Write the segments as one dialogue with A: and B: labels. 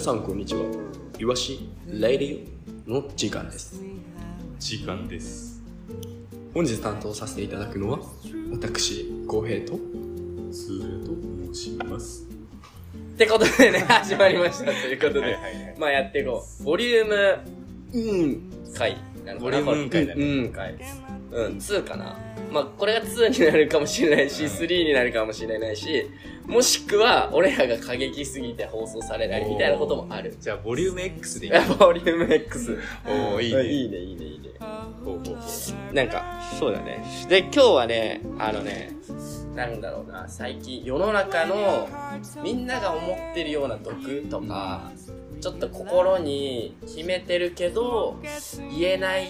A: さんこんにちは。いわしレディオの時間です。
B: 時間です。
A: 本日担当させていただくのは私浩平と。
B: スーヤと申します。
A: ってことでね始まりましたということで、
B: はいはいはい。
A: まあやっていこう。ボリュームうん回なのかな。
B: ボリュームうん回だ
A: う
B: ね
A: んうん回。うん2かな。まあこれが2になるかもしれないし、
B: うん
A: 3になるかもしれないし、もしくは俺らが過激すぎて放送されないみたいなこともある。
B: じゃあ、ボリューム X でいい。
A: ボリューム X。
B: おおいいね。
A: いいね、いいね、いいね。
B: ほうほうほ
A: なんか、そうだね。で、今日はね、あのね、なんだろうな、最近世の中のみんなが思ってるような毒とか、ちょっと心に秘めてるけど、言えない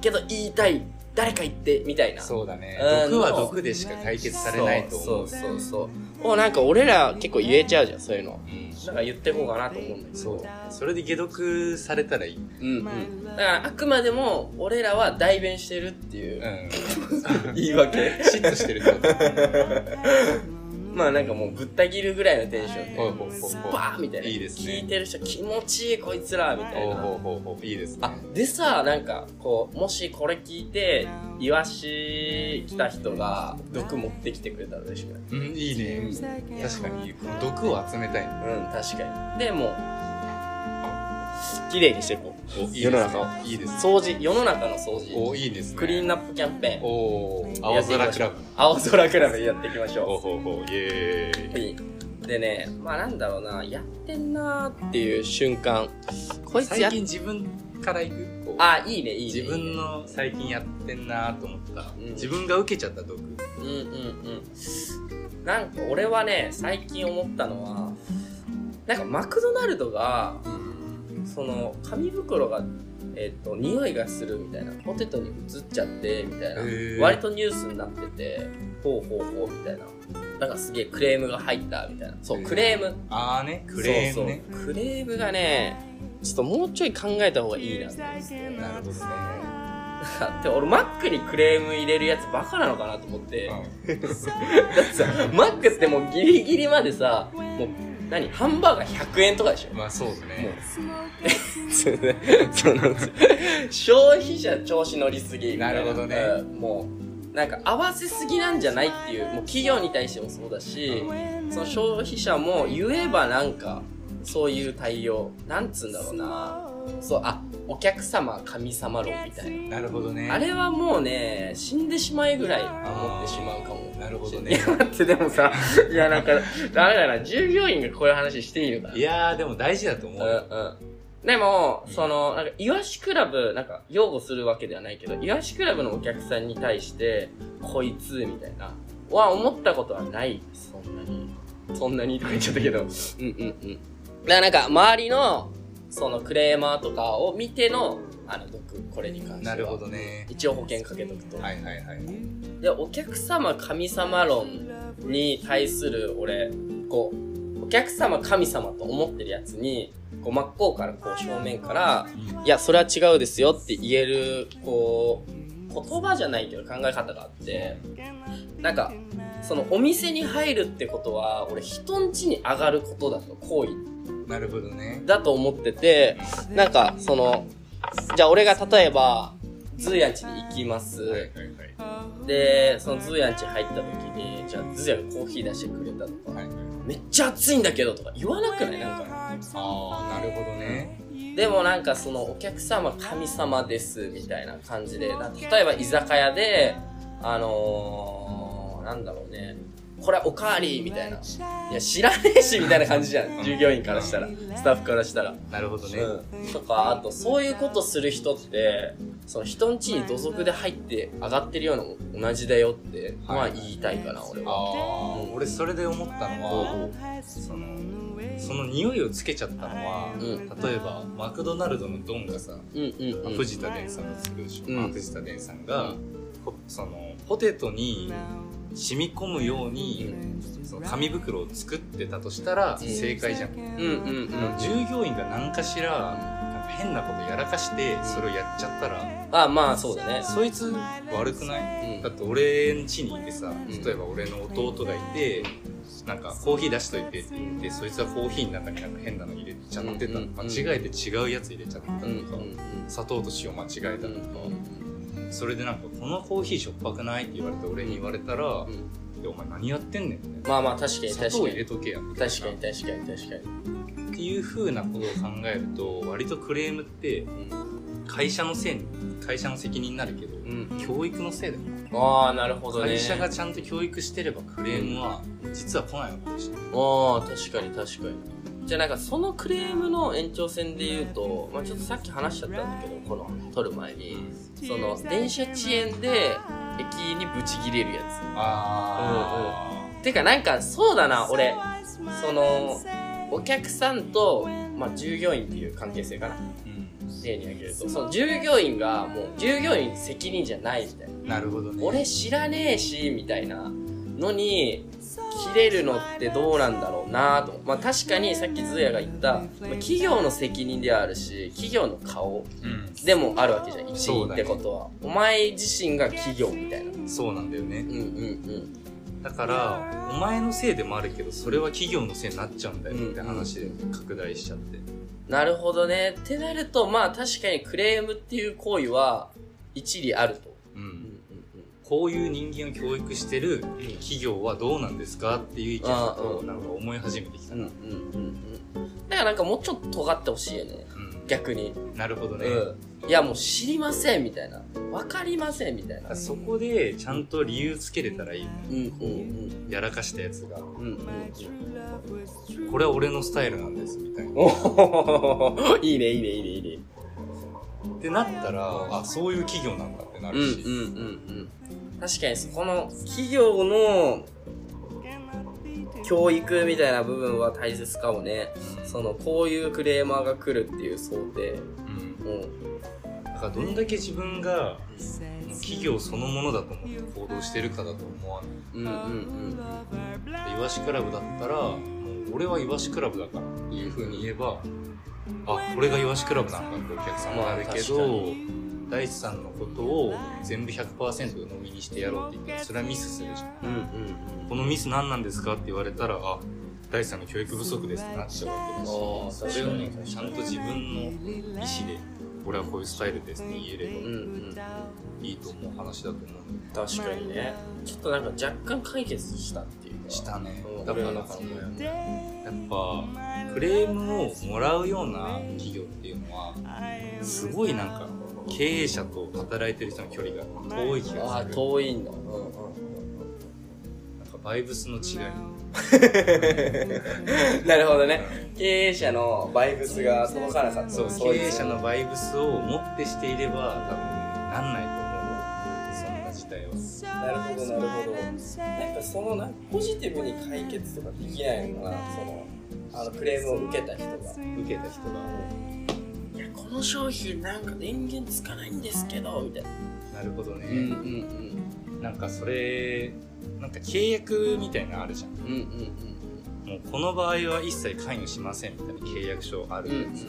A: けど言いたい、誰か言って、みたいうな。
B: そうだね
A: うん。
B: 毒は毒でしか解決されないと思う。
A: そうそうそうそう。もうなんか俺ら結構言えちゃうじゃん、そういうの。
B: うん
A: なんか言ってこうかなと思うんだけど。
B: そう。それで解毒されたらいい。うん。
A: うんうん。だからあくまでも俺らは代弁してるっていう言い訳。
B: 嫉妬してるってこと。
A: まあなんかもうぶった切るぐらいのテンションで、
B: ほうほうほうほう
A: バーみたいな。
B: いいですね
A: 聞いてる人気持ちいいこいつら、みたい
B: ほう
A: な。
B: ほうほうほう。いいですね
A: あ。、でさ、なんか、こう、もしこれ聞いて、イワシ来た人が毒持ってきてくれたら嬉しくない
B: うん、いいね。確かに、この毒を集めたい。
A: うん、確かに。で、もう、綺麗にしていこ
B: おいい
A: う。
B: ですね
A: 世の中を。
B: いいです。
A: 掃除、世の中の掃除。
B: おいいですね。
A: クリーンナップキャンペーン。
B: おー青空クラブ。
A: 青空クラブやっていきましょう。
B: ほうほうほう。イエーイ。
A: でね、まあなんだろうな、やってんなーっていう瞬間。こいつや
B: 最
A: っ
B: 近自分から行くこう
A: あ、いいね、いいね。
B: 自分の最近やってんなと思った、
A: うん
B: 自分が受けちゃった毒
A: うんうんうん。なんか俺はね、最近思ったのは、なんかマクドナルドが、その、紙袋が、えっ、と、匂いがするみたいな、ポテトに移っちゃって、みたいな
B: へ、ー
A: 割とニュースになってて、ほうほうほうみたいな。なんかすげえクレームが入ったみたいな。そう、クレーム。
B: ああねクレームね
A: そうそうクレームがねちょっともうちょい考えた方がいいなって
B: なるほどね、
A: だって俺マックにクレーム入れるやつバカなのかなと思ってだってさマックってもうギリギリまでさもう何ハンバーガー100円とかでしょ
B: うんまあそうだ
A: もう
B: ね
A: その消費者調子乗りすぎみたい
B: なるほどね
A: うんもうなんか合わせすぎなんじゃないっていうもう企業に対してもそうだしその消費者も言えばなんかそういう対応なんつうんだろうなそうあお客様神様論みたい
B: なるほどね
A: なあれはもうね死んでしまえぐらい思ってしまうかも
B: なるほどね
A: いや待ってでもさいやなんかダメだな従業員がこういう話していいのかない
B: やーでも大事だと思うよ、
A: うんでも、その、なんか、イワシクラブ、なんか、擁護するわけではないけど、イワシクラブのお客さんに対して、こいつ、みたいな、は思ったことはない。そんなに。そんなにとか言っちゃったけど。うんうんうん。だからなんか、周りの、そのクレーマーとかを見ての、あの、毒、これに関しては。
B: なるほど。ね
A: 一応保険かけとくと。
B: はいはいはい
A: でお客様神様論に対する俺こうお客様神様と思ってるやつにこう真っ向からこう正面から「いやそれは違うですよ」って言えるこう言葉じゃないけど考え方があってなんかそのお店に入るってことは俺人ん家に上がることだと行為
B: なるほどね
A: だと思っててなんかそのじゃあ俺が例えばズーヤん家に行きます、
B: はいはいはい
A: でそのズーヤんち入った時にじゃあズーヤがコーヒー出してくれたとか、
B: はいはい
A: めっちゃ熱いんだけどとか言わなくないなんか
B: ああなるほどね
A: でもなんかそのお客様神様ですみたいな感じでな例えば居酒屋であのー、なんだろうねこれおかわりみたいないや知らねえしみたいな感じじゃん従業員からしたらスタッフからしたら
B: なるほどね、
A: うん、とかあとそういうことする人ってその人ん家に土足で入って上がってるようなも同じだよって、まあ言いたいかな俺は
B: ああ俺それで思ったのはそのその匂いをつけちゃったのは、
A: うん
B: 例えばマクドナルドのドンがさ、
A: うんうん
B: まあ
A: うん
B: 藤田伝さんの作るでしょ、
A: うん
B: まあ藤田伝さんが、
A: うん
B: ほそのポテトに染み込むように、その紙袋を作ってたとしたら
A: うん
B: 正解じゃん、
A: うんうんうん
B: 従業員が何かしらなんか変なことやらかしてそれをやっちゃったら、
A: あまあそうだね
B: そいつ悪くない、
A: うん
B: だって俺ん家にいてさ、
A: ん
B: 例えば俺の弟がいてなんかコーヒー出しといてって言ってそいつはコーヒーの中になんか変なの入れちゃってた、
A: うん
B: 間違えて違うやつ入れちゃったとか、
A: うんうん
B: 砂糖と塩間違えた
A: うん
B: とか、それでなんか「このコーヒーしょっぱくない?」って言われて俺に言われたら
A: うんうん
B: 「いやお前何やってんねん」みたい
A: まあまあ確か
B: な
A: に
B: 砂
A: 確
B: 糖
A: か
B: 入れ
A: に
B: とけやみたいな
A: 確かに確かに確かに
B: っていう風なことを考えると割とクレームって会社のせいに会社の責任になるけど、
A: うん、うん、
B: 教育のせいだよ、
A: ああなるほどね
B: 会社がちゃんと教育してればクレームは実は来ないのかもしれない、
A: ああ確かに確かにじゃあなんかそのクレームの延長線で言うと、まあ、ちょっとさっき話しちゃったんだけどこの撮る前にその電車遅延で駅にブチギレるや
B: あ
A: つてかなんかそうだな俺そのお客さんと、まあ、従業員っていう関係性かな
B: うん
A: 例に挙げるとその従業員がもう従業員責任じゃないみたいな
B: なるほどね
A: 俺知らねえしみたいなのに切れるのってどうなんだろうなとまあ確かにさっきズーヤが言った、まあ企業の責任ではあるし企業の顔
B: う
A: でもあるわけじゃん一
B: そ
A: 員
B: うだ
A: っ
B: ね
A: てことは、お前自身が企業みたいなん
B: そうなんだよね
A: うんうん
B: だからお前のせいでもあるけどそれは企業のせいになっちゃうんだよって話で拡大しちゃって、
A: なるほどねってなるとまあ確かにクレームっていう行為は一理あると、う
B: う
A: んんうん
B: こういう人間を教育してる企業はどうなんですかっていう意見
A: あ
B: を
A: あ
B: なんか思い始めてきた
A: うんう
B: な、
A: んうんうんだからなんかもうちょっと尖ってほしいよね
B: うん
A: 逆に
B: なるほどね、
A: うん、いやもう知りませんみたいな分かりませんみたいな
B: そこでちゃんと理由つけれたらいいよ
A: うん
B: ね、
A: うんうん
B: やらかしたやつが
A: うんうん
B: これは俺のスタイルなんですみたいな
A: おおいいねいいねいいねいいね
B: ってなったらあそういう企業なんだってな
A: うんう
B: る
A: ん
B: し、
A: うんうん確かにそこの企業の教育みたいな部分は大切かもねそのこういうクレーマーが来るっていう想定
B: うん
A: うん
B: だからどんだけ自分が企業そのものだと思って行動してるかだと思わない
A: うんうんうん
B: イワシクラブだったらもう俺はイワシクラブだからっていうふうに言えばあこれがイワシクラブなんだってお客さんもあるけ
A: まあ
B: ど大地さんのことを全部100%飲みにしてやろうって言ったらそれはミスするじゃん
A: うんうん
B: このミス何なんですかって言われたらあ大地さんの教育不足ですってなっちゃうわけ
A: あ
B: だ
A: ー
B: しそれをね
A: 確かに
B: ちゃんと自分の意思で俺はこういうスタイルですって言えれ
A: うんう
B: ば
A: んうん
B: いいと思う話だと思う
A: 確かにねちょっとなんか若干解決したっていうか
B: したね
A: うん
B: だからだからもうやっぱクレームをもらうような企業っていうのはすごいなんか経営者と働いてる人の距離が遠い気
A: あ
B: が
A: あ
B: する
A: 遠いんだうんうんうん
B: なんかバイブスの違い
A: なるほどね。経営者のバイブスが届かなかった。
B: そう
A: そ
B: 経
A: ういう
B: 営者のバイブスを持ってしていれば多分なんないと思うそんな事態は
A: なるほど、なるほど。なんかそのな、ポジティブに解決とかできないのが、その、あの、クレームを受けた人が。
B: 受けた人が
A: いや、この商品なんか電源つかないんですけど、みたいな。
B: なるほどね、
A: ん
B: なんかそれなんか契約みたいなのあるじゃん
A: うん。うんうん
B: もうこの場合は一切関与しませんみたいな契約書ある
A: うん。うん
B: じゃ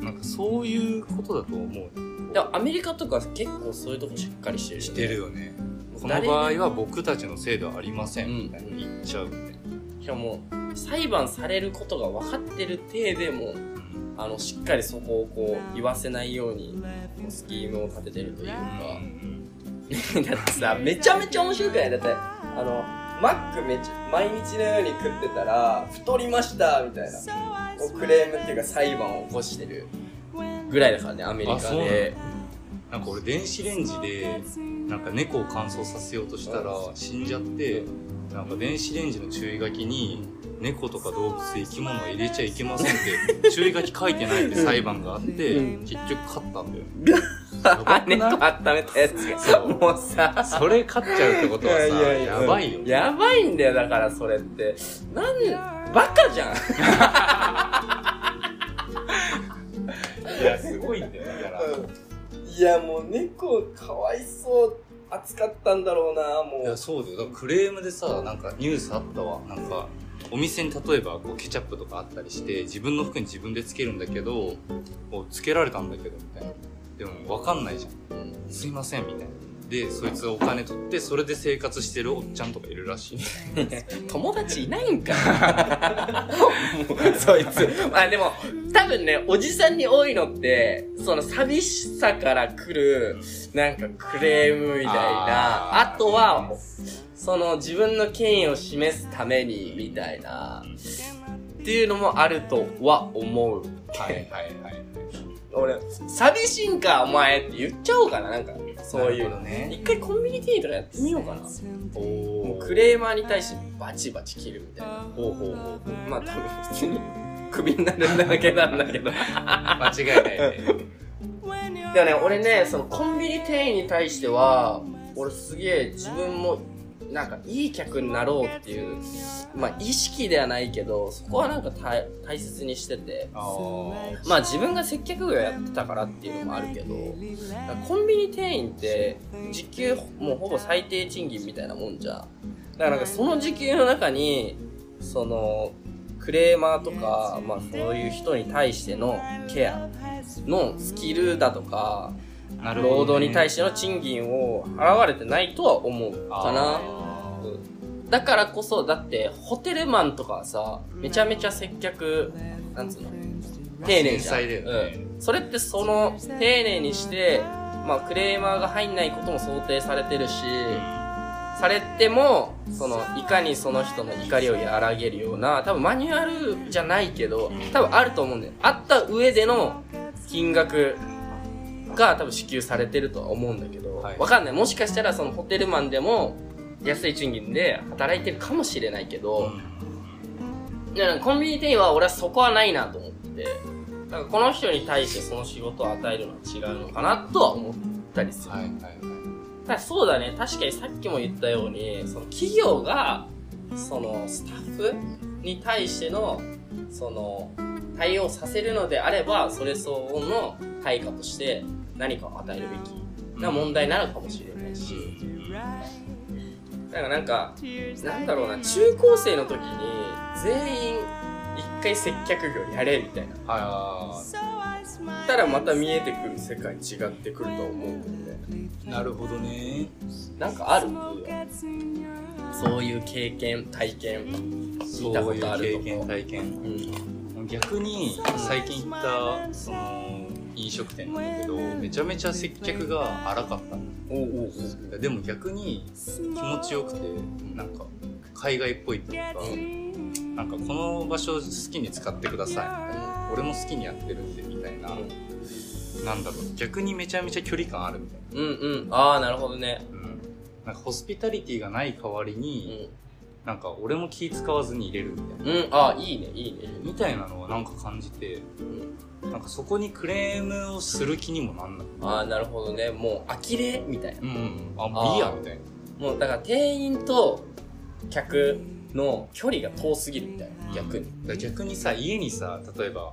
A: う
B: なんいですか、なんかそういうことだと思う
A: でもアメリカとか結構そういうとこしっかりしてる、
B: してる。よねこの
A: 誰
B: 場合は僕たちのせいではありません
A: うん
B: みたいに言っちゃうよね、
A: しかも、裁判されることが分かってる体でも、あのしっかりそこをこう言わせないようにこうスキームを立ててるというか
B: うん、
A: だってさめちゃめちゃ面白くないだってあのマックめちゃ毎日のように食ってたら太りましたみたいなこうクレームっていうか裁判を起こしてるぐらいだからねアメリ
B: あ
A: カ
B: そうなの
A: で
B: なんか俺電子レンジでなんか猫を乾燥させようとしたら死んじゃってなんか電子レンジの注意書きに猫とか動物生き物は入れちゃいけませんって注意書き書いてないって裁判があって
A: うん
B: 結局勝ったんだよね ばくな
A: 羽
B: い
A: と温めたやつがもうさ
B: それ勝っちゃうってことはさ
A: いやいや
B: やばいよね
A: やばいんだよだからそれってなんバカじゃん
B: いやすごいんだよだから
A: いやもう猫かわいそう扱ったんだろうなも
B: いやそうだよだからクレームでさなんかニュースあったわなんかお店に例えばこうケチャップとかあったりして自分の服に自分でつけるんだけどこうつけられたんだけどみたいなでも分かんないじゃんすいませんみたいなでそいつはお金取ってそれで生活してるおっちゃんとかいるらしい
A: 友達いないんかもう そいつまあでも多分ねおじさんに多いのってその寂しさから来るなんかクレームみたいなあ
B: あー
A: とはその自分の権威を示すためにみたいなっていうのもあるとは思う
B: はいはいはい
A: 俺寂しいんかお前って言っちゃおうかななんかそういうの
B: なるほどね
A: 一回コンビニ店員とかやってみようかな
B: お
A: も
B: お
A: うクレーマーに対してバチバチ切るみたいな方法をまあ多分普通に クビになるだけなんだけどで
B: 間違いないね
A: もね俺ねそのコンビニ店員に対しては俺すげえ自分もなんかいい客になろうっていうまあ意識ではないけどそこはなんか大大切にしてて
B: あー
A: まあ自分が接客業やってたからっていうのもあるけどだからコンビニ店員って時給もうほぼ最低賃金みたいなもんじゃんだからなんかその時給の中にそのクレーマーとか、まあ、そういう人に対してのケアのスキルだとか
B: なるほどね
A: 労働に対しての賃金を払われてないとは思うかな
B: あー
A: だからこそだってホテルマンとかはさめちゃめちゃ接客なんつうの丁寧じゃん、
B: 繊細だよね
A: うん、それってその丁寧にして、まあ、クレーマーが入んないことも想定されてるしされてもそのいかにその人の怒りを和らげるような多分マニュアルじゃないけど多分あると思うんだよあった上での金額が多分支給されてるとは思うんだけど、
B: はい
A: わかんないもしかしたらそのホテルマンでも安い賃金で働いてるかもしれないけど、いやコンビニ店員は俺はそこはないなと思っててだからこの人に対してその仕事を与えるのは違うのかなとは思ったりする、
B: はいはいはい
A: ただそうだね確かにさっきも言ったようにその企業がそのスタッフに対してのその対応させるのであればそれ相応の対価として何かを与えるべきな問題なのかもしれないし、だからなんかなんだろうな中高生の時に全員一回接客業やれみたいな
B: あ
A: たらまた見えてくる世界違ってくると思うんで、
B: あなるほどね
A: なんかあるそういう経験体験
B: そ
A: 見たこ
B: ういう
A: とある
B: 経
A: と
B: 験
A: 思う
B: 体験
A: うん
B: 逆に最近行ったその飲食店なんだけどめちゃめちゃ接客が荒かったの
A: おうおう
B: でも逆に気持ちよくてなんか海外っぽいっていうかなんかこの場所好きに使ってくださいみたいな俺も好きにやってるんでみたいななんだろう逆にめちゃめちゃ距離感あるみたいな
A: うんうんああなるほどね
B: うんなんかホスピタリティがない代わり
A: うん
B: になんか俺も気使わずに入れるみたいな
A: うんああいいねいいね
B: みたいなのはなんか感じて
A: うん
B: なんかそこにクレームをする気にもなんない
A: ああなるほどねもう呆れみたいな
B: うん、あもういいやみたい
A: もうだから店員と客の距離が遠すぎるみたいな
B: な
A: 逆に
B: だから逆にさ家にさ例えば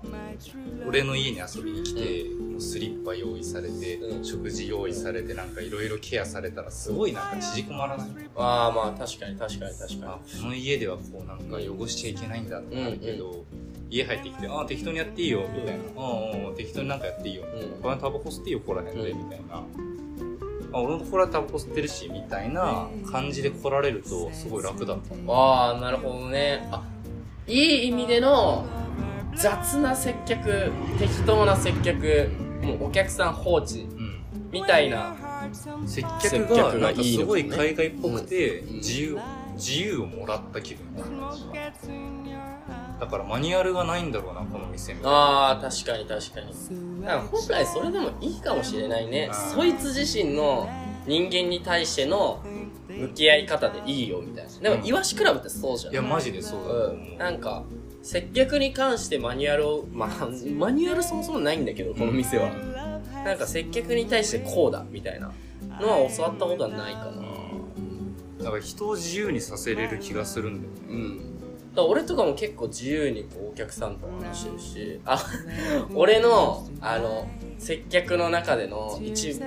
B: 俺の家に遊びに来て、もうスリッパ用意されて、
A: うん
B: 食事用意されてなんかいろいろケアされたらすごいなんか縮こまらない、
A: ああまあ確かに確かに確か
B: あこの家ではこうなんか汚しちゃいけないんだってなるけど、家入ってきて「ああ適当にやっていいよ」みたいな「うんうん適当になんかやっていいよ」
A: に
B: お前タバコ吸っていいよここら辺で」
A: うん
B: みたいな「あ俺もこれはタバコ吸ってるし」みたいな感じで来られるとすごい楽だった
A: うんああなるほどねあいい意味での雑な接客適当な接客もうお客さん放置
B: うん
A: みたいな
B: 接
A: 接
B: 客
A: 客
B: が
A: が
B: なんか
A: いい
B: す
A: の
B: ご
A: かね
B: い海外っぽくて
A: うん
B: 自由自由をもらった気分だからマニュアルがないんだろうなこの店みたいな
A: ああ確かに確かにだから本来それでもいいかもしれないね
B: うん
A: そいつ自身の人間に対しての向き合い方でいいよみたいなでもイワシクラブってそうじゃん
B: いやマジでそうだと思う、
A: うん、なんか接客に関してマニュアルを、まあ、マニュアルそもそもないんだけどこの店は、なんか接客に対してこうだみたいなのは教わったことはないかな
B: だから人を自由にさせれる気がするんだよね
A: うんだから俺とかも結構自由にこうお客さんと話してるしあ俺のあの接客の中での一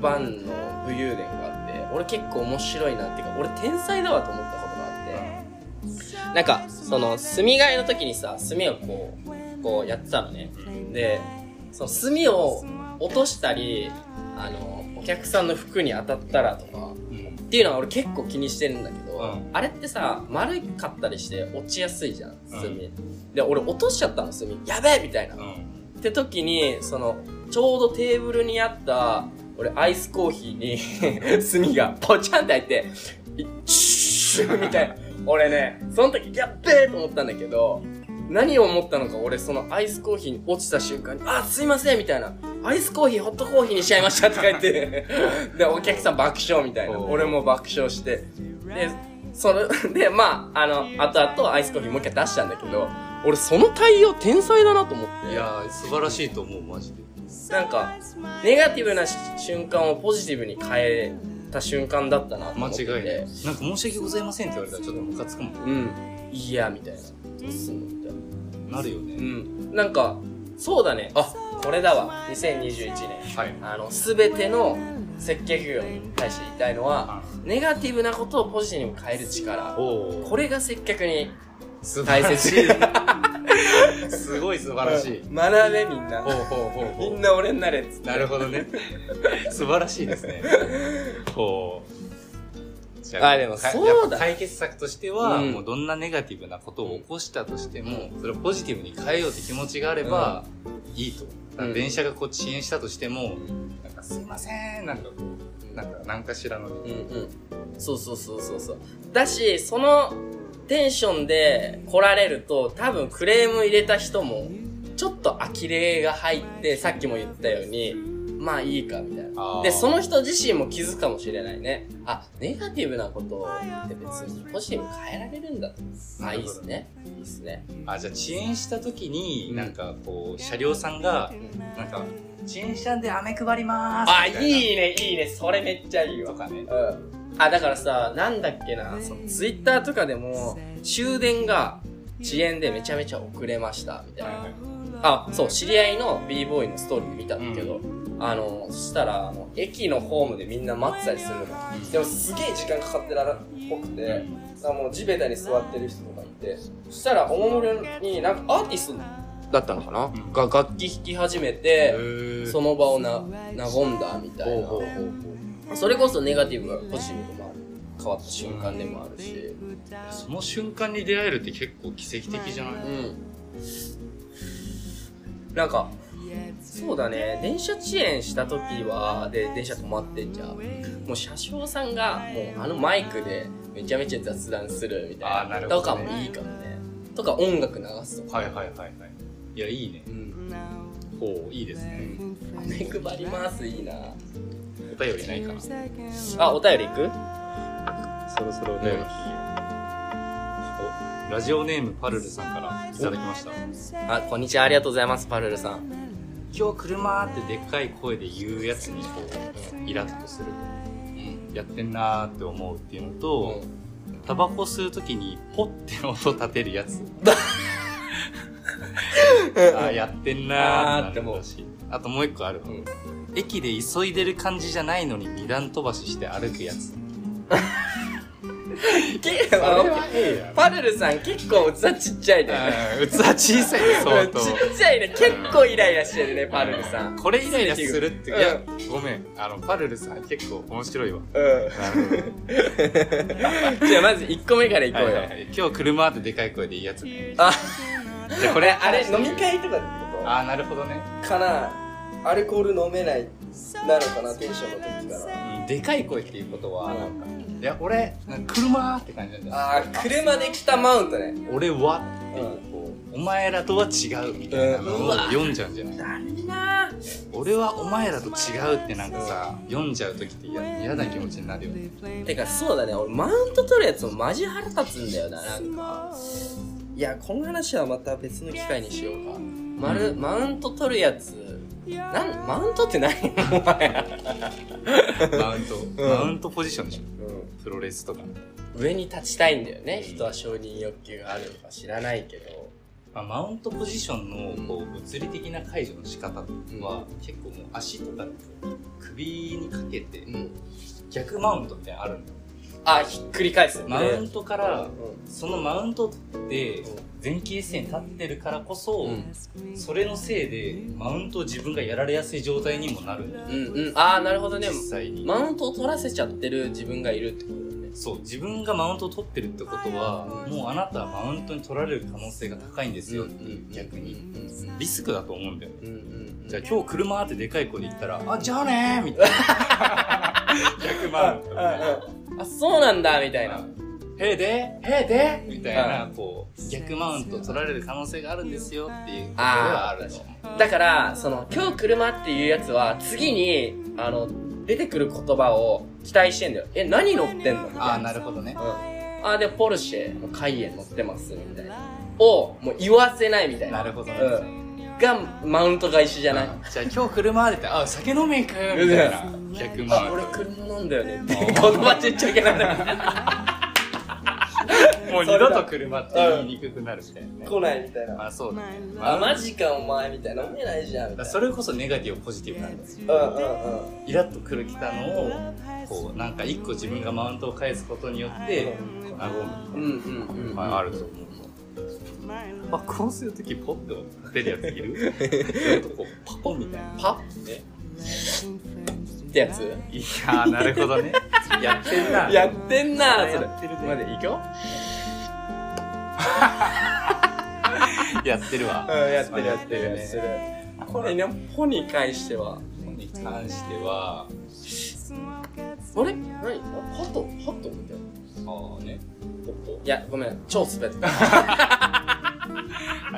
A: 番の武勇伝があって俺結構面白いなっていうか俺天才だわと思ったことがあってなんかその炭替えの時にさ炭をこうこうやってたのねでその炭を落としたりあのお客さんの服に当たったらとか
B: うん
A: っていうのは俺結構気にしてるんだけど、
B: うん
A: あれってさ丸かったりして落ちやすいじゃん炭、
B: ん
A: で俺落としちゃったの炭やべえみたいな、
B: うん
A: って時にそのちょうどテーブルにあった俺アイスコーヒーに 炭がポチャンって開いていチューみたいな俺ねその時やっべえと思ったんだけど何を思ったのか俺そのアイスコーヒーに落ちた瞬間に「あすいません」みたいな「アイスコーヒーホットコーヒーにしちゃいました」って書いてでお客さん爆笑みたいな
B: おー
A: 俺も爆笑してでそれでまああの後々アイスコーヒーもう一回出したんだけど俺その対応天才だなと思って
B: いやー素晴らしいと思うマジで
A: なんかネガティブなし瞬間をポジティブに変えた瞬間だったなと
B: 間
A: 思ってて
B: 違いないなんか申し訳ございませんって言われたらちょっとムカつくもん
A: うんいいやみたいなどうすんのみたいな
B: なるよ
A: う
B: ね
A: んなんかそうだねあこれだわ2021年
B: はい
A: あの全ての設計業に対して言いたいのはネガティブなことをポジティブに変える力
B: おお
A: これが接客に
B: 素
A: 大
B: 晴らし
A: 切
B: い すごい素晴らしい
A: 学べみんな
B: ほうほうほう
A: み
B: ほ
A: んな俺になれっつっ
B: う
A: て
B: なるほどね素晴らしいですねほうじ
A: あでも
B: か
A: そうだ
B: やっぱ解決策としては、
A: うん
B: もうどんなネガティブなことを起こしたとしても、それをポジティブに変えようって気持ちがあれば、いいとだから電車がこう遅延したとしても、なんかすいませんなんかこうなんか何かしらのね、
A: うんうんそうそうそうそうそうだしそのテンションで来られると多分クレーム入れた人もちょっと呆れが入ってさっきも言ったようにまあいいかみたい
B: あ
A: な
B: ー
A: でその人自身も気づくかもしれないねあネガティブなことって別にポジティブに変えられるんだとあいいっすねいいっすね
B: あじゃあ遅延した時に、
A: うん
B: なんかこう車両さんがなんか遅延したんで飴配ります
A: あ
B: みたない
A: いねいいねそれめっちゃいいわ
B: とかね
A: うん、あだからさなんだっけなそのツイッターとかでも終電が遅延でめちゃめちゃ遅れましたみたいなあそう知り合いの b ボーイのストーリー見たんだけど、あのそしたらあの駅のホームでみんな待ってたりするの、
B: ん
A: でもすげえ時間かかってらっぽくて、さもう地べたに座ってる人とかいてそしたらおもむろになんかアーティストだったのかな、
B: ん
A: が楽器弾き始めて、そ
B: の
A: の場をな和んだみたいな
B: ほうほうほう
A: それこそネガティブがポジティブにまあ変わった瞬間でもあるし
B: その瞬間に出会えるって結構奇跡的じゃない、
A: うんなんかそうだね電車遅延した時はで電車止まってんじゃんもう車掌さんがもうあのマイクでめちゃめちゃ雑談するみた
B: あ
A: い
B: ー
A: な
B: なるほど
A: とかもいいかもねとか音楽流すとか
B: はいはいはいはいいやいいね
A: うん
B: ほういいですね
A: 目配りますいいな
B: お便りないかなそ
A: あお便りいく
B: ろそろお
A: うん
B: おラジオネームパルルさんからいただきました
A: あこんにちはありがとうございますパルルさん
B: 今日車ってでっかい声で言うやつにこうイラッとするやってんなーって思うっていうのと、タバコ吸うときにポッて音立てる やつあーやってんなーってなるらしいあともう一個ある、
A: ん
B: 駅で急いでる感じじゃないのに二段飛ばしして歩くやつ
A: けパルルさん結構器ちっちゃいね。
B: 器小さいね相当
A: ちっちゃいね。結構イライラしてるね、パルルさん。
B: これイライラするってい
A: うん
B: やごめんあのパルルさん結構面白いわ
A: う
B: なるほど
A: ん。じゃあまず1個目からいこう
B: はい
A: よ
B: はい。はい、今日車ってでかい声でいいやつね
A: あ、
B: じゃあこ
A: こ
B: れ
A: れあれ飲み会とかってこ
B: ああなるほどね、
A: とかなアルコール飲めないなのかな、テンションの時から。
B: うん、でかい声っていうことはなんかいや俺なんか車って感じなんだよ
A: あー、車で来たマウントね。
B: 俺はっていうこうお前らとは違うみたいなの
A: う
B: を
A: わ
B: 読んじゃうんじゃない
A: あれな
B: 俺はお前らと違うってなんかさ読んじゃう時って嫌嫌な気持ちになるよね
A: てかそうだね、俺マウント取るやつもマジ腹立つんだよな、なんか。いや、この話はまた別の機会にしようか。まる、マウント取るやつ、なん、マウントって何お前。
B: マウント、マウントポジションでしょ
A: うん
B: プロレスとか、
A: 上に立ちたいんだよね人は承認欲求があるのか知らないけど
B: まあ、マウントポジションのこう物理的な解除の仕方は結構もう足とか首にかけて
A: うん
B: 逆マウントってあるんだよ
A: あ、ひっくり返す。
B: マウン
A: ト
B: トからそのマウントって前期一線立ってるからこそ、
A: うん
B: それのせいでマウントを自分がやられやすい状態にもなるんだよ
A: うんうん。ああ、なるほどね
B: 実。際に、
A: マウントを取らせちゃってる自分がいるってことだね。
B: そう自分がマウントを取ってるってことはもうあなたはマウントに取られる可能性が高いんですよ、逆に
A: うん
B: リスクだと思うんだよね
A: うんうん。
B: じゃあ今日車ってでかい声で言ったら「あじゃあねー」みたいな逆マウントみたいな
A: あ、そうなんだ、みたいな。
B: 「へーでへーで」みたいなこう逆マウント取られる可能性があるんですよっていうことはあると思う
A: だから、その、今日車っていうやつは、次に、あの、出てくる言葉を期待してんだよ。え、何乗ってんのみたい
B: ああ
A: な。
B: なるほどね
A: うん。あ、で、ポルシェのカイエン乗ってます、みたいな。を、もう言わせないみたいな。
B: なるほどね
A: うん。が、マウントが一緒じゃない。
B: じゃあ今日車でて「あ酒飲み行く」みたいな逆マ
A: あ、
B: ウン
A: 俺車なんだよね。って言葉ちっちゃけなんだ よ。
B: トもう二度と車って言いにくくなるみたいなね
A: 来ないみたいな。
B: あそうだね
A: あ、
B: ま
A: マジかお前みたいな。飲めないじゃん、みたい
B: あ
A: な。
B: それこそネガティブポジティブなんだよ
A: うんうんうん。
B: イラッとくるきたのをこうなんか一個自分がマウントを返すことによって和む
A: うんうんうん。
B: まああると思うまあこうするときポッと立てるやついるちょっとこうパコンみたいな
A: パッね。ってやつ
B: いやーなるほどね やってんな
A: やってんなそれ。
B: やってるね
A: まで、いくよ
B: やってるわ
A: る。これね、ポに関しては。
B: ここに関して
A: あ
B: は
A: れ何ハトハトみたいな。
B: ああね
A: いや、ごめん。超滑った。
B: は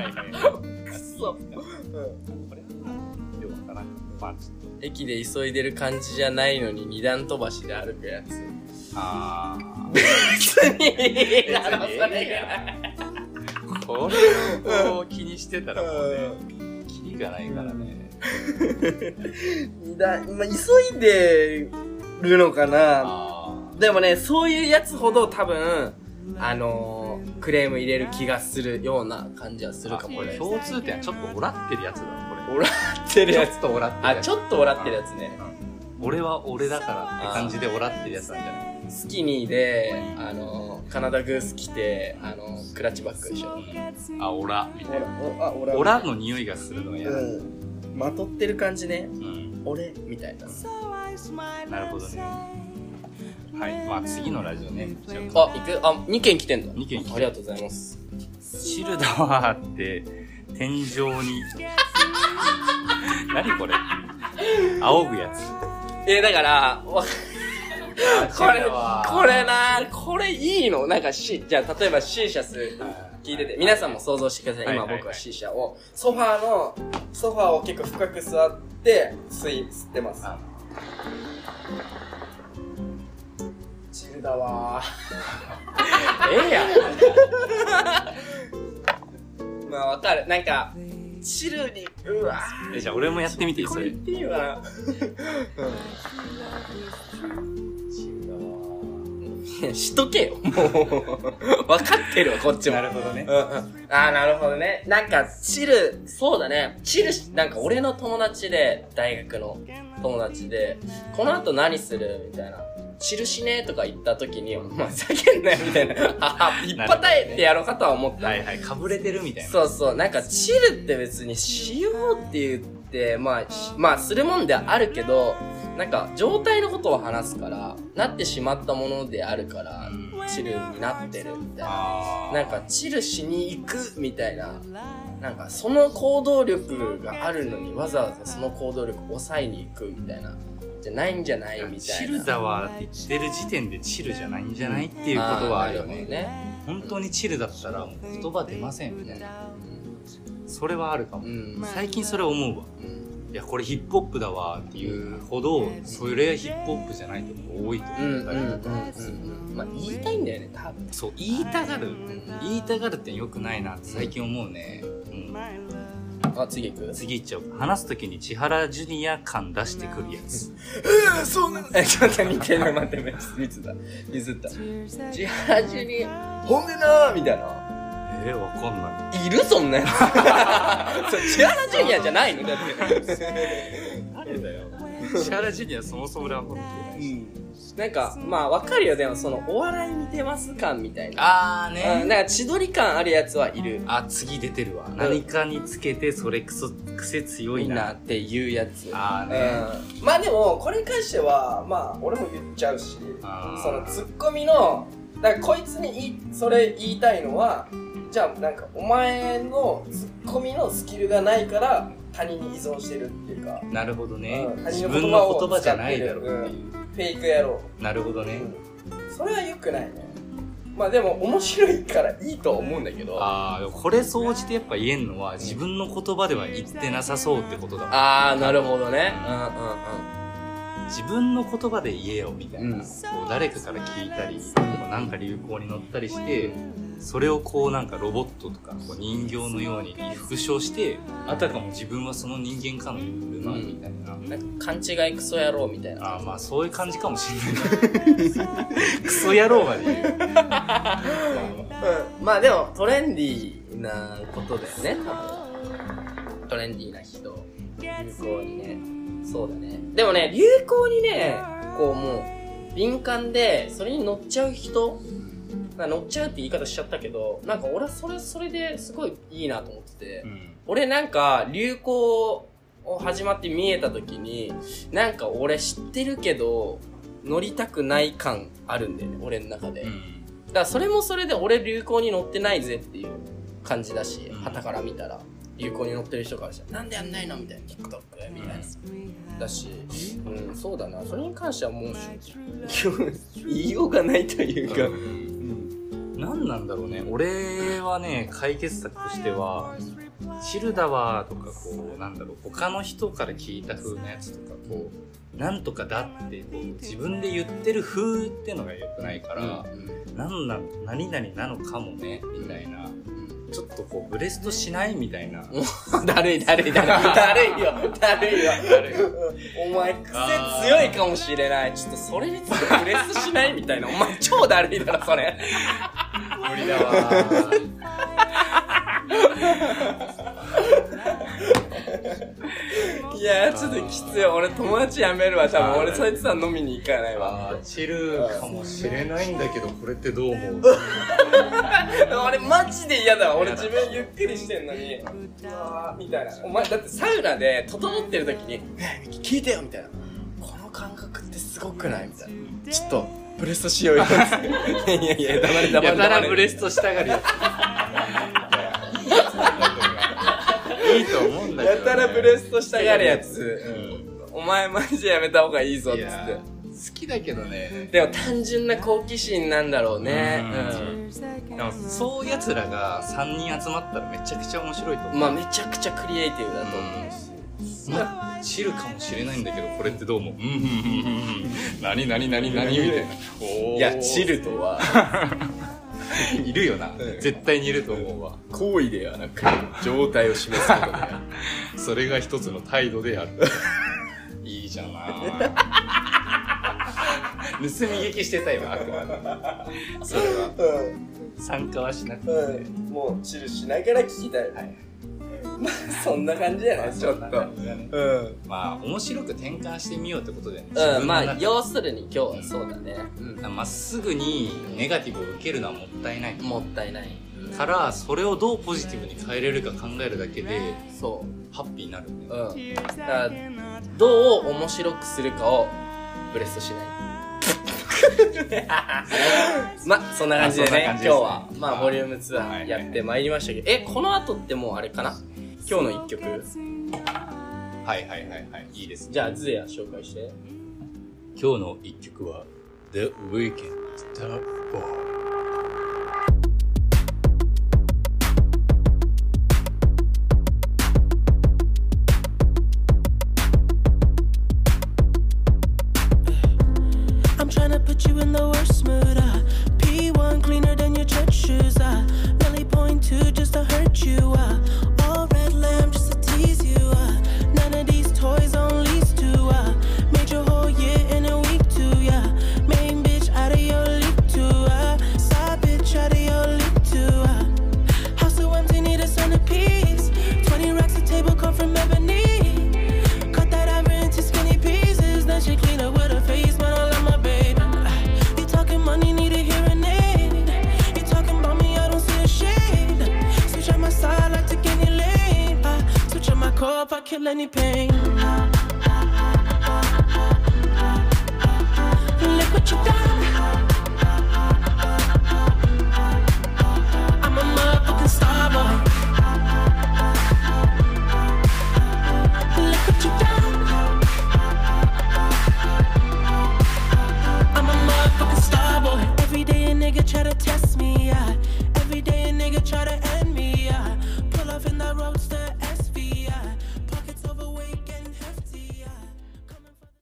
B: いはいく
A: そ
B: これはよくわからんまあちょっと
A: 駅で急いでる感じじゃないのに二段飛ばしで歩くやつ。
B: あ
A: い
B: や
A: や
B: そ
A: それ
B: れーこれを気にしてたらもうねキリがないからね
A: 二段、まあ、急いでるのかな
B: あ
A: でもね、そういうやつほど多分、あのー、クレーム入れる気がするような感じはす
B: す
A: る
B: る
A: か
B: か
A: も
B: も
A: ね。
B: 共通点はちょっとおらってるやつだこれ
A: 笑ってる
B: ちょ
A: や
B: っ
A: つ。
B: とおらってる
A: あ、
B: やつ
A: ちょっと笑ってるやつね。
B: 俺は俺だからって感じでおらってるやつなんじゃない
A: スキニーで、あの、カナダグース着て、あの、クラッチバッグでしょ。
B: あオラみたいな
A: あ、俺
B: オラの匂いがするのが嫌だ
A: ん。まとってる感じね。
B: うん
A: 俺みたいな。
B: なるほどねはいまあ次のラジオねじゃあ
A: あ、行くあ、2件来てんだ。
B: 二件来てる
A: ありがとうございます。
B: シルダワーって天井に 何これ仰ぐやつ
A: えー、だから、わこれ、これな、これいいのなんか C、じゃあ例えば C シャス聞いてて、皆さんも想像してください。今
B: はいはいはい
A: 僕は C 社を、ソファーの、ソファーを結構深く座って、吸い、吸ってます。
B: あ
A: チルだわー。
B: ええやん
A: まあわかる。なんか、チルに、うわー。
B: えじゃあ俺もやってみていいそれ
A: いいわ。 しとけよ。もう、分 かってるわ、こっちも。
B: ほどね
A: うんうん。ああ、なるほどね。なんか、チル、そうだね。チルし、なんか俺の友達で、大学の友達で、この後何するみたいな。チルしねーとか言った時に、お前、叫んなよ、みた いな。ああ、いっぱたえてやろうかとは思った。
B: はいはいかぶれてるみたいな
A: そうそう。なんか、チルって別にしようって言って、まあ、しまあ、するもんではあるけど、なんか、状態のことを話すから、なってしまったものであるから、チルになってるみたいな。
B: あ
A: なんか、チルしに行くみたいな。なんか、その行動力があるのに、わざわざその行動力を抑えに行くみたいな。じゃないんじゃないみた
B: チ
A: いな。
B: ルだわって言ってる時点でチルじゃないんじゃないっていうことはあるよ
A: あーなほど
B: ね
A: ね。
B: 本当にチルだったらもう言葉出ませんみたいなそれはあるかも
A: うん。
B: 最近それ思うわ
A: うん。
B: いやこれヒップホップだわっていうほどそれはヒップホップじゃないとこ多いと
A: うん。うん。う。
B: 思うんだ
A: う
B: け
A: ん。
B: ど
A: うん。まあ、言いたいんだよね、多分。
B: そう言いたがる
A: ん
B: 言いたがるって良くないなって最近思うね、うん、
A: あ、次行く
B: 次いっちゃおう話す時に千原ジュニア感出してくるやつ
A: えー、そうなのえ、ちょっと似てる。待って、待って、ミスだ。ミスった。ジハジに、ほんでなーみたいな。
B: えー、わかんない
A: いるそんなやつ。それ、千原ジュニアじゃないのだって。
B: 誰だよ石原ジュニアそもそもラブホ見てないし。
A: なんかまあわかるよでもそのお笑い見てます感みたいな
B: あー
A: うん、なんか千鳥感あるやつはいる
B: あ、次出てるわ。何かにつけて、それくそ、癖強
A: い
B: い
A: いなっ
B: な。
A: ていうやつ
B: あーね。
A: うん、まあでもこれに関してはまあ俺も言っちゃうし
B: あー
A: そのツッコミのだからこいつに言いそれ言いたいのはじゃあなんかお前のツッコミのスキルがないから他人に依存してるっていうか
B: なるほどね
A: うん。
B: 自分の言葉じゃないだろうっていう。
A: フェイク野郎
B: なるほどね。
A: それは良くないねまあでも面白いからいいとは思うんだけど
B: ああ、でもこれ総じてやっぱ言えんのは、自分の言葉では言ってなさそうってことだ。
A: あーなるほどね
B: うん自分の言葉で言えよみたいな、
A: うん
B: こう誰かから聞いたりこうなんか流行に乗ったりしてそれをこうなんかロボットとかこう人形のように復唱してあたかも自分はその人間かのように振る舞うみたいな、
A: うんうん勘違いクソ野郎みたいな
B: あーまあそういう感じかもしれない クソ野郎まで言う
A: うん、まあでもトレンディーなことだよね多分トレンディーな人流行にねそうだねでもね流行にねこうもう敏感でそれに乗っちゃう人まあ乗っちゃうって言い方しちゃったけどなんか俺はそれそれですごいいいなと思ってて、
B: うん
A: 俺なんか流行を始まって見えた時になんか俺知ってるけど乗りたくない感あるんだよね俺の中で、
B: うん
A: だからそれもそれで俺流行に乗ってないぜっていう感じだし
B: うん
A: 旗から見たら流行に乗ってる人からしたらなんでやんないのみたいな TikTok みたいな、だし、うん、そうだなそれに関してはもう言いようがないというか、
B: 何なんだろうね俺はね解決策としては「チルだわ」とかこうなんだろう他の人から聞いた風なやつとかこう「なんとかだ」ってこう自分で言ってる風ってのが良くないから
A: う、ん
B: なんなん何々なのかもねみたいなちょっとこうブレストしないみたいな。
A: うん だるいだるいだるいだるいよだるいよお前癖強いかもしれないちょっとそれについてプレスしないみたいなお前超だるいだろそれ
B: 無理だわ
A: いやちょっときつい俺友達やめるわ多分俺そいつは飲みに行かないわ
B: あーチルかもしれないんだけどこれってどう思う
A: 俺マジで嫌だわ俺自分ゆっくりしてんのにあーみたいなお前だってサウナで整ってる時に「ねえミキ聞いてよ」みたいな「この感覚ってすごくない?」みたいな「ちょっとブレストし ようよ」いやいやいや黙れ黙れ
B: やたら
A: 黙
B: ブ
A: れ
B: レストしたがるやつ。いいと思うんだけど、
A: や
B: ね。
A: たらブレストしたがるやつ
B: う
A: お前マジでやめた方がいいぞっ
B: ん。い
A: つっ
B: や
A: て
B: 好きだけどね。
A: でも単純な好奇心なんだろうね
B: でもそういうやつらが3人集まったらめちゃくちゃ面白いと
A: う
B: 思
A: ん
B: う。
A: まあめちゃくちゃクリエイティブだと思う
B: うんまあ、知るかもしれないんだけど、これってどう思ううんうんうんうんうん。何何何何みたいな。おー
A: いやチ。ルと は
B: いるよな。
A: ん
B: 絶対にいると思うわ。
A: 行為ではなく状態を示すことだよ
B: それが一つの態度である。いいじゃない。盗み聞きしてたよ、あくまで。それは。参加はしなくて。
A: うん、もうチルしながら聞きたい、まあそんな感じ じゃないちょっとうん、
B: まあ、面白く転換してみようってことで、ね。
A: うん、まあ
B: よ。
A: 要するに今日はそうだね、うん
B: まっすぐにネガティブを受けるのはもったいない。
A: もったいない、
B: から、それをどうポジティブに変えれるか考えるだけで、
A: そ
B: ハッピーになるね
A: う、うん、だからどう面白くするかをブレストしない まあそんな感じでね今
B: まあそんな感じですね
A: 日はま
B: は
A: あ
B: い
A: ボリュームツアーやってまいりましたけど、えこの後ってもうあれかな今日の一曲
B: はいはいはいはい。いいですね。
A: じゃあズヤ紹介して
B: 今日の一曲は The Weeknd The Ball
C: I'm tryna put you in the worst mood. Uh. P1 cleaner than your church shoes. Uh. Really point two just to hurt you. Uh. uh. uh. uh.